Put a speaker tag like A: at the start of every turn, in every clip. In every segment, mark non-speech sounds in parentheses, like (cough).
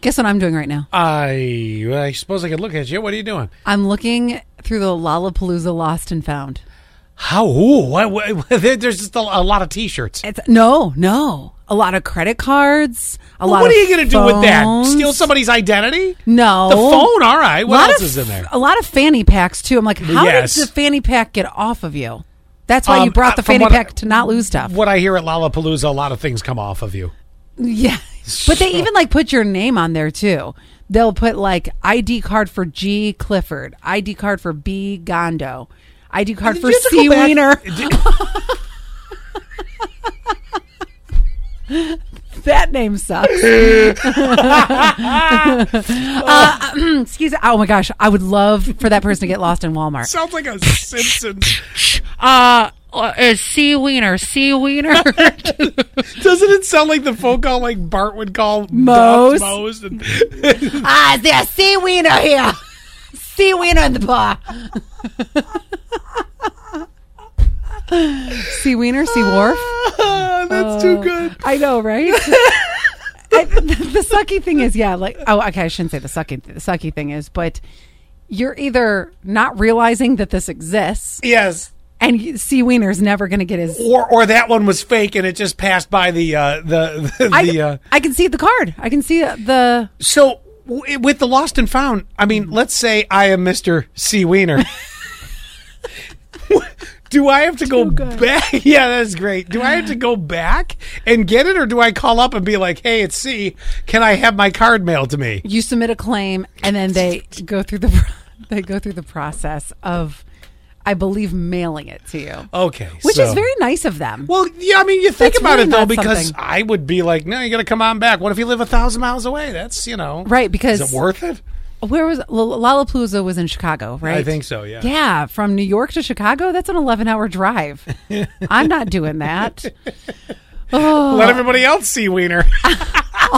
A: Guess what I'm doing right now?
B: I I suppose I could look at you. What are you doing?
A: I'm looking through the Lollapalooza Lost and Found.
B: How? Ooh, why, why, (laughs) there- there's just a, a lot of T-shirts.
A: It's no, no. A lot of credit cards. A lot.
B: what are
A: of
B: you going to do with that?
A: phones.
B: Steal somebody's identity?
A: No.
B: The phone. All right. What
A: Lot
B: else
A: of-
B: is in there?
A: A lot of fanny packs too. I'm like, how
B: Yes.
A: did the fanny pack get off of you? That's why you
B: Um,
A: brought the
B: uh, from
A: fanny
B: what I-
A: pack to not lose stuff.
B: What I hear at Lollapalooza, a lot of things come off of you.
A: (laughs) Yeah. But they even like put your name on there too. They'll put like ID card for G Clifford, ID card for B Gondo, ID card
B: Did
A: for
B: you have to
A: C
B: go back- (laughs)
A: Wiener.
B: Did-
A: That name sucks. (laughs) Uh, (clears throat) excuse me. Oh my gosh. I would love for that person to get lost in Walmart.
B: Sounds like a Simpsons.
A: (laughs) Uh, is C Wiener, C Wiener.
B: Doesn't it sound like the phone call like Bart would call
A: Moe's?
B: Doc Moe's and-
A: (laughs)
B: (laughs)
A: Ah, is there a sea wiener here? Sea wiener in the bar. (laughs) sea wiener, sea wharf.
B: Ah, that's
A: Uh.
B: too good.
A: I know, right? (laughs) I, the, the sucky thing is, yeah, like oh, okay, I shouldn't say the sucky. The sucky thing is, but you're either not realizing that this exists,
B: Yes.
A: and you- sea wiener's never going to get his.
B: Or or that one was fake and it just passed by the uh, the (laughs) the,
A: I,
B: the uh,
A: I can see the card. I can see the.
B: so w- with the lost and found. I
A: Mm-hmm.
B: mean, let's say I am Mister C Wiener. (laughs) do I have to go back? (laughs) Yeah, that's great. Do I have to go back and get it, or do I call up and be like, "Hey, it's C. Can I have my card mailed to me?"
A: you submit a claim and then they go through the (laughs) they go through the process of i believe mailing it to you
B: Okay,
A: which is
B: Oh, so-
A: very nice of them
B: Well, yeah, I mean, you think
A: That's
B: about
A: really
B: it though,
A: not
B: because
A: something.
B: I would be like, no, you got to come on back. What if you live a thousand miles away? That's you know,
A: right because
B: Is it worth it?
A: where was L- lollapalooza was in chicago right
B: I think so. Yeah.
A: yeah from new york to chicago that's an 11 hour
B: (laughs)
A: drive i'm not doing that Oh.
B: Let everybody else see Wiener.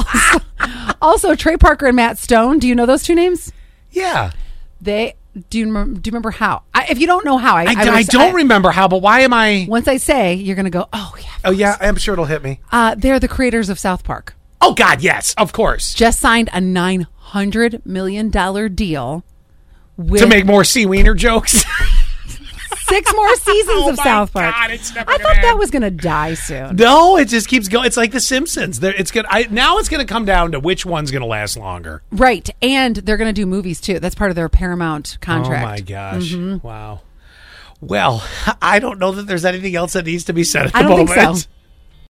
B: (laughs)
A: also trey parker and matt stone do you know those two names
B: yeah.
A: they do you, rem- do you remember how I, if you don't know how i,
B: I,
A: would
B: I
A: s-
B: don't remember how, but why am I?
A: once i say you're gonna go oh yeah
B: Oh yeah, I'm sure it'll hit me.
A: uh, they're the creators of south park
B: Oh God, yes, of course.
A: just signed a nine hundred million dollar deal with
B: To make more sea wiener jokes.
A: (laughs)
B: (laughs)
A: six more seasons
B: Oh
A: of
B: my
A: South Park.
B: God, it's never
A: I
B: gonna
A: thought that
B: end.
A: was gonna die soon.
B: no, it just keeps going. It's like The Simpsons. There, it's good. I, now it's going to come down to which one's going to last longer.
A: Right. And they're gonna do movies too. That's part of their Paramount contract.
B: Oh my gosh!
A: Mm-hmm.
B: (laughs) Wow. Well, I don't know that there's anything else that needs to be said at the
A: I don't
B: moment.
A: think so.